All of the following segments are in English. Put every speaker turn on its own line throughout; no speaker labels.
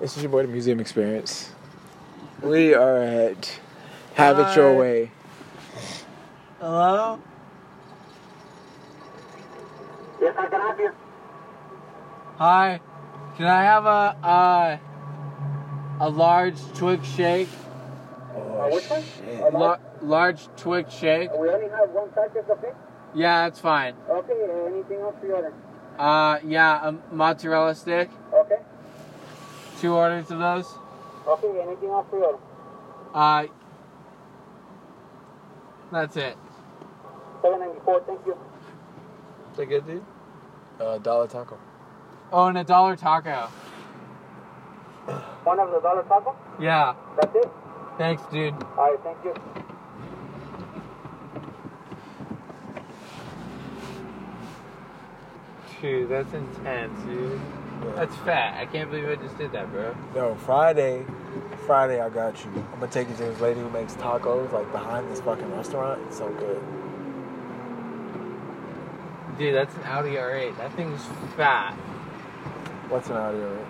This is your boy, the Museum Experience. We are at Have It Your
Hi.
Way.
Hello?
Yes, I can help you.
Hi. Can I have a uh, a large twig shake?
Oh,
which one?
shit.
Lar- large twig shake?
We only have one package of it.
Yeah, that's fine.
Okay, uh, anything else you order?
Uh, yeah, a mozzarella stick.
Okay.
Two orders of those.
Okay, anything else you order?
Uh, that's it.
794, thank you.
Is that good, dude?
Uh, dollar taco.
Oh, and a dollar taco.
One of the dollar taco?
Yeah.
That's it?
Thanks, dude.
Alright, thank you.
Dude, that's intense, dude. That's fat. I can't believe I just did that, bro.
Yo, Friday, Friday, I got you. I'm gonna take you to this lady who makes tacos like behind this fucking restaurant. It's so good.
Dude, that's an Audi R8. That thing's fat.
What's an audio?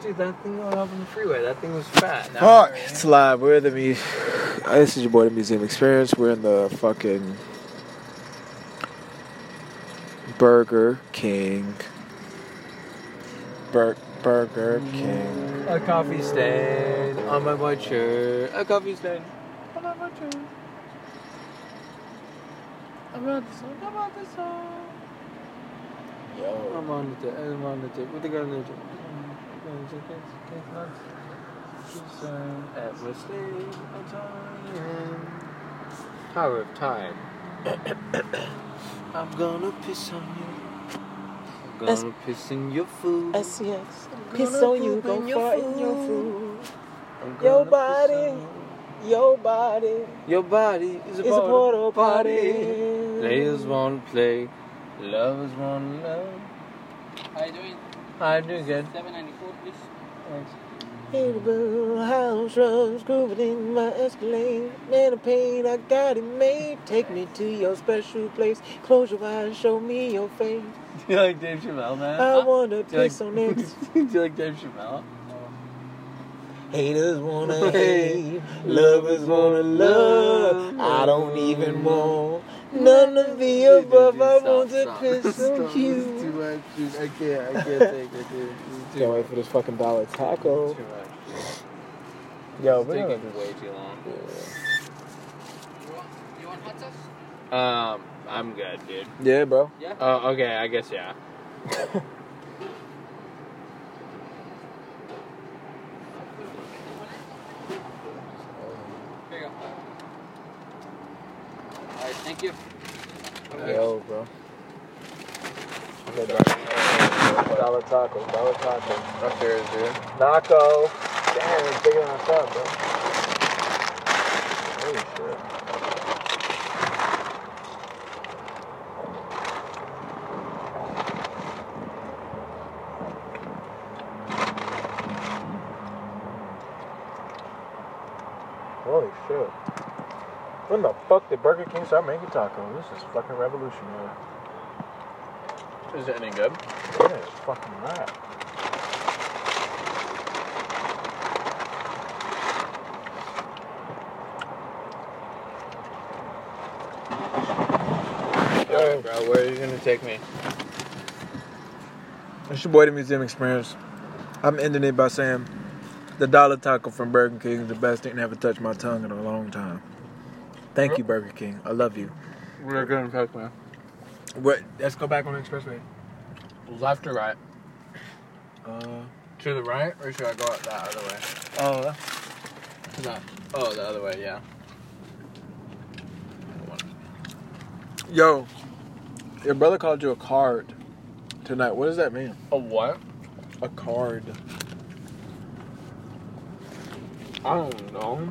Dude, that thing went up on the freeway. That thing was fat. Now
Fuck,
it's
it's live. We're the mu- Uh, This is your boy, the Museum Experience. We're in the fucking Burger King. Bur- Burger King.
a coffee stain on my white shirt. A coffee stain on my white shirt. I'm on the song. I'm on the song.
Yo,
I'm on the tip. I'm on the tip. With the girl on the tip. Mm, it's okay, it's okay, it's not- it's, uh, At what stage of time? Power of time. I'm gonna piss on you. I'm
That's-
gonna piss in your food.
Yes, yes.
I'm
Piss
gonna
E on you,
poop
go
in
fart in your food.
I'm gonna
Your
piss
body.
on you.
Your body
Your body is a
is a
portal
portal
party.
party.
Players wanna play, lovers wanna love.
How you doing?
I do good.
794, please.
Thanks.
Irritable house rugs grooving in my escalade. Man, the pain, I got it made. Take me to your special place. Close your eyes, show me your face.
Do you like Dave Chappelle, man?
I wanna
Do you Uh-huh. like-
piss on it.
Do you like Dave Chappelle?
Haters wanna hate, lovers wanna love. I don't even want none of the
Dude, dude,
above.
dude,
I
Mm. stop,
want to
stop,
piss on
stop. This is too
you.
much, dude. I can't. I can't take it, dude. This is
can't
too
wait for this fucking dollar
much.
taco.
Too much.
Yo,
It's
we're gonna-
taking way too long.
You want, you want hot sauce?
Um, I'm good, dude.
yeah, bro.
Oh, okay. I guess yeah.
Here you go. Alright, thank you.
Yo, bro. Dollar taco, dollar taco.
Upstairs, dude.
Naco. Damn, it's bigger than I thought, bro. Holy shit. Holy shit. When the fuck did Burger King start making tacos? This is fucking revolutionary.
Is it any good?
That is fucking right.
Yo, bro, where are you gonna take me?
It's your boy, the Museum Experience. I'm ending it by saying the dollar taco from Burger King is the best thing that ever touched my tongue in a long time. Thank you, Burger King. I love you.
We're gonna take me.
What? Let's go back on the expressway.
Left or right?
Uh,
To the right, or should I go out that other way?
oh,
No. Oh, the other way, yeah.
yo, your brother called you a card tonight. What does that mean?
A what?
A card.
I don't know.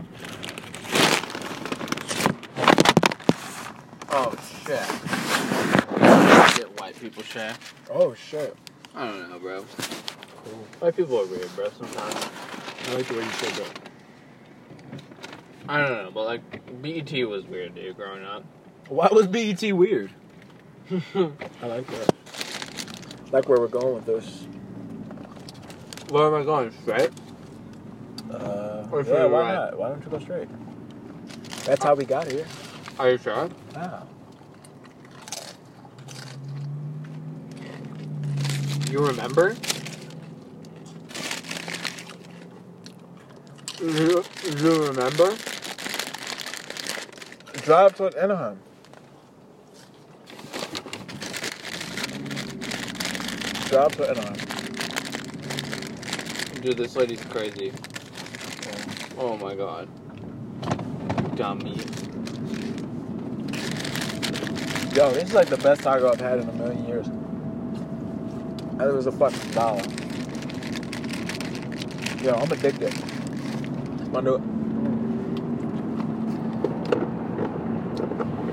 Oh shit. Get white people shit.
Oh shit.
I don't know, bro.
Cool.
White people are weird, bro. Sometimes.
I like the way you said that.
I don't know, but like BET was weird, dude. Growing up.
Why was BET weird? I like that. Like where we're going with this.
Where am I going? Straight?
Uh,
Or if
yeah,
you're
why
right.
not? Why don't you go straight? That's how we got here.
Are you sure?
Wow.
You remember? You, you remember?
Drive toward Anaheim. Drive toward Anaheim.
Dude, this lady's crazy. Oh my god. Dummy.
Yo, this is like the best taco I've had in a million years. That was a fucking dollar. Yo, I'm addicted. I'm gonna do it.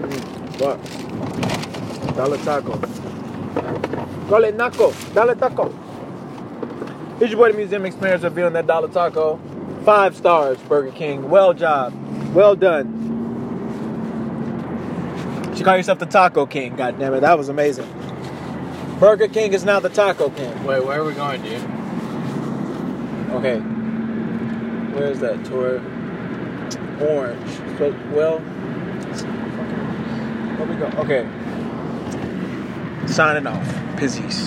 Mm, What? Dollar taco. Dale naco. Dollar taco. It's your boy, the Museum Experience, reviewing that dollar taco. Five stars, Burger King. Well job. Well done. You call yourself the Taco King. God damn it, that was amazing. Burger King is now the Taco King.
Wait, where are we going, dude?
Okay. Where is that tour? Orange. So, well, where we go? Okay. Signing off. Pizzies.